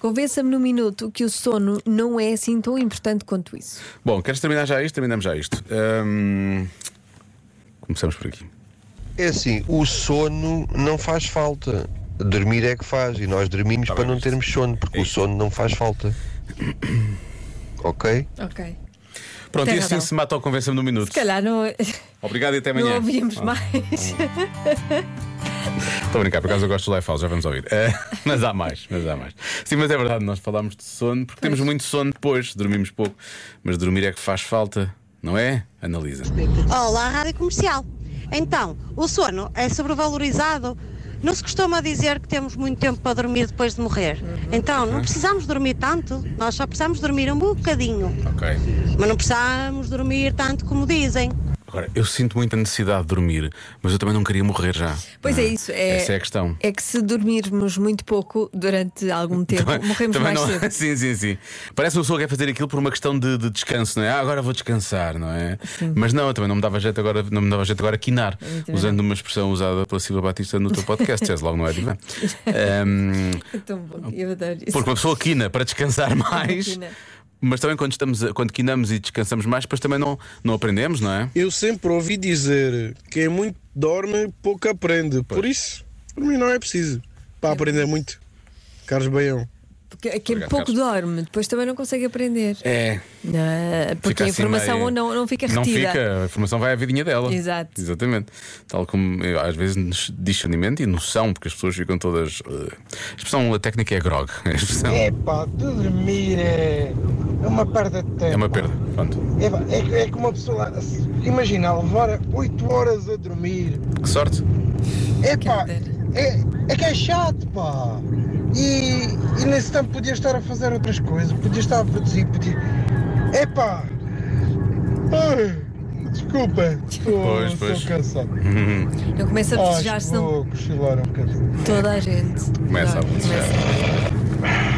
Convença-me num minuto que o sono não é assim tão importante quanto isso. Bom, queres terminar já isto? Terminamos já isto. Hum, Começamos por aqui. É assim, o sono não faz falta. Dormir é que faz e nós dormimos para bem, não termos sono, porque o sono não faz falta. ok? Ok. Pronto, Tem e assim razão. se mata ou convença-me num minuto. Se calhar não, é- Obrigado e até não amanhã. Ah. ouvimos mais. Estou a brincar, por acaso eu gosto do Life House, já vamos ouvir. Eh, mas há mais, mas há mais. Sim, mas é verdade, nós falámos de sono, porque temos muito sono depois, dormimos pouco. Mas dormir é que faz falta, não é? Analisa. Olá, Rádio Comercial. Então, o sono é sobrevalorizado. Não se costuma dizer que temos muito tempo para dormir depois de morrer. Então, não precisamos dormir tanto, nós só precisamos dormir um bocadinho. Ok. Mas não precisamos dormir tanto como dizem. Agora, eu sinto muita necessidade de dormir, mas eu também não queria morrer já. Pois é Ah, isso, é- Essa é a questão. É que se dormirmos muito pouco durante algum tempo, é? morremos mais cedo. Sim, sim, sim. Parece que uma pessoa quer fazer aquilo por uma questão de, de descanso, não é? Ah, agora vou descansar, não é? Mas não, eu também não me dava jeito agora, não me dava jeito agora quinar, também usando uma expressão usada pela Silva Batista no teu podcast, Jazz logo não é divã. Ahm, É tão bom, eu adoro isso. porque uma pessoa quina para descansar mais. Quina. Mas também quando, estamos, a- quando quinamos e descansamos mais, depois também não, não aprendemos, não é? Eu sempre ouvi dizer quem muito dorme, pouco aprende. Por isso, por mim não é preciso. Para aprender muito. Carlos Baião. Porque é quem Obrigado, pouco Carlos. dorme, depois também não consegue aprender. É. Não, porque a assim informação meio- ou não, não fica Não retida. fica, a informação vai à vidinha dela. Exato. Exatamente. Tal como eh, às vezes nos- discernimento e noção, porque as pessoas ficam todas. eh, a expressão, a técnica é grog. A expressão é, Epá, de dormir é é uma perda de tempo. uma perda. Pronto. Epá, é, que- é que uma pessoa, imagina, levar 8 horas a dormir. Que sorte. Epá, Quer dizer. é, é que é chato, pá. E, e nesse tempo podia estar a fazer outras coisas, podia estar a produzir, podia... Epá, Ai, desculpa, estou Pois, estou pois. cansado. Não começa a Acho bocejar, que senão vou cochilar um bocadinho. toda a gente. Começa a dorme, bocejar. começa.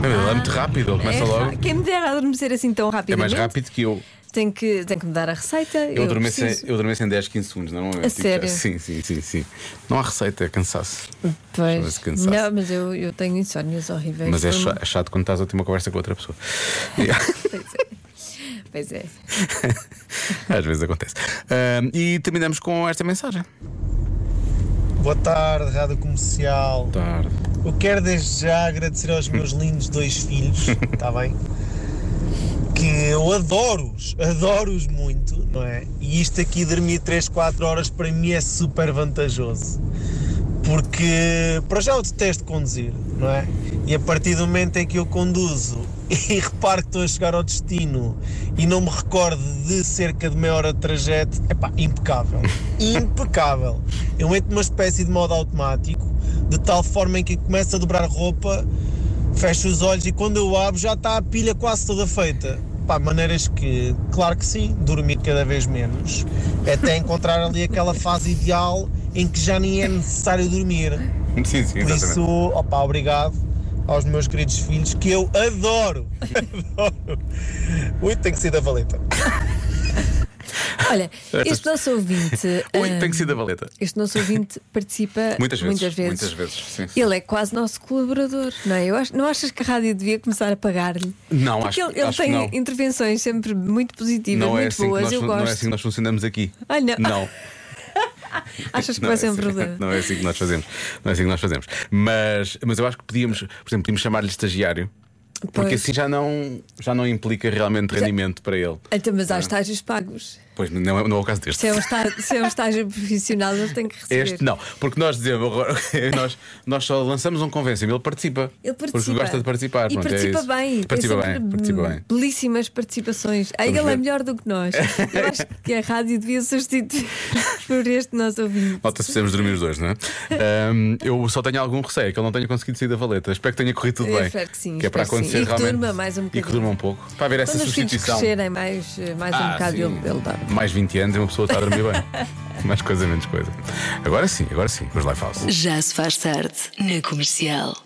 Meu Deus, é muito rápido, ele começa É, logo. Quem me dera adormecer assim tão É mais rapidamente. rápido que eu. Tem que, tem que mudar a receita. Eu, adormeço em- preciso. eu adormeço em 10, 15 segundos, normalmente. A sério? Sim, sim, sim, sim. Não há receita, é cansaço. Pois. Chama-se cansaço. Não, mas eu, eu tenho insónias horríveis. Mas é Foi- cha- chato quando estás a ter uma conversa com outra pessoa. Pois é. Às vezes acontece. Ahm, e terminamos com esta mensagem. Boa tarde, Rádio Comercial. Tarde. Eu quero desde já agradecer aos meus lindos dois filhos, está bem? Que eu adoro-os, adoro-os muito, não é? E isto aqui, dormir 3, 4 horas, para mim é super vantajoso. Porque, para já, eu detesto conduzir, não é? E a partir do momento em que eu conduzo e reparo que estou a chegar ao destino e não me recordo de cerca de meia hora de trajeto, é pá, impecável. impecável. Eu entro numa espécie de modo automático, de tal forma em que começo a dobrar roupa, fecho os olhos e quando eu abro já está a pilha quase toda feita. Pá, maneiras que, claro que sim, dormir cada vez menos, até encontrar ali aquela fase ideal em que já nem é necessário dormir. Sim, sim, Por isso, exatamente. opa, obrigado aos meus queridos filhos que eu adoro. adoro. Muito tem que ser da valeta. Olha, este nosso ouvinte. É, Oi, ah, tem que ser da valeta. Este nosso ouvinte participa Muitas vezes. Muitas vezes. Muitas vezes, sim. Ele é quase nosso colaborador, não é? Eu acho- não achas que a rádio devia começar a pagar-lhe? Não, Porque acho- ele, ele acho que tem não. intervenções sempre muito positivas, é muito assim que boas, nós, eu fun- gosto. não é assim que nós funcionamos aqui. Ai, não. Não. Achas que Não vai é ser um assim- problema? Não é assim que nós fazemos. Não é assim que nós fazemos. Mas, mas eu acho que podíamos, por exemplo, podíamos chamar-lhe estagiário. Porque Pois. assim já não, já não implica realmente rendimento para ele. Então, mas há estágios pagos. Pois não é, não é o caso deste. Se é um estágio, se é um estágio profissional, ele tem que receber. Este não, porque nós dizemos agora- nós, nós só lançamos um convenção ele participa. Ele participa. Porque gosta de participar. E pronto, é participa isso. bem. Tem Participa sempre, bem, participa hum, bem. Belíssimas participações. Aí ele Vamos é ver. melhor do que nós. Eu acho que a rádio devia substituir por este nosso ouvinte. Nota se precisamos dormir os dois, não é? Ahm, eu só tenho algum receio, que ele não tenha conseguido sair da valeta. Espero que tenha corrido tudo Eu bem. espero que sim, é para espero que acontecer sim. E que realmente. durma mais um E que bocadinho. durma um pouco. Para haver essa Quando os filhos substituição. crescerem mais, mais um Ah, bocado, sim. ele, ele dá. Mais 20 anos e uma pessoa está a dormir bem. mais coisa, menos coisa. Agora sim, agora sim, os Life House. Já se faz tarde na comercial.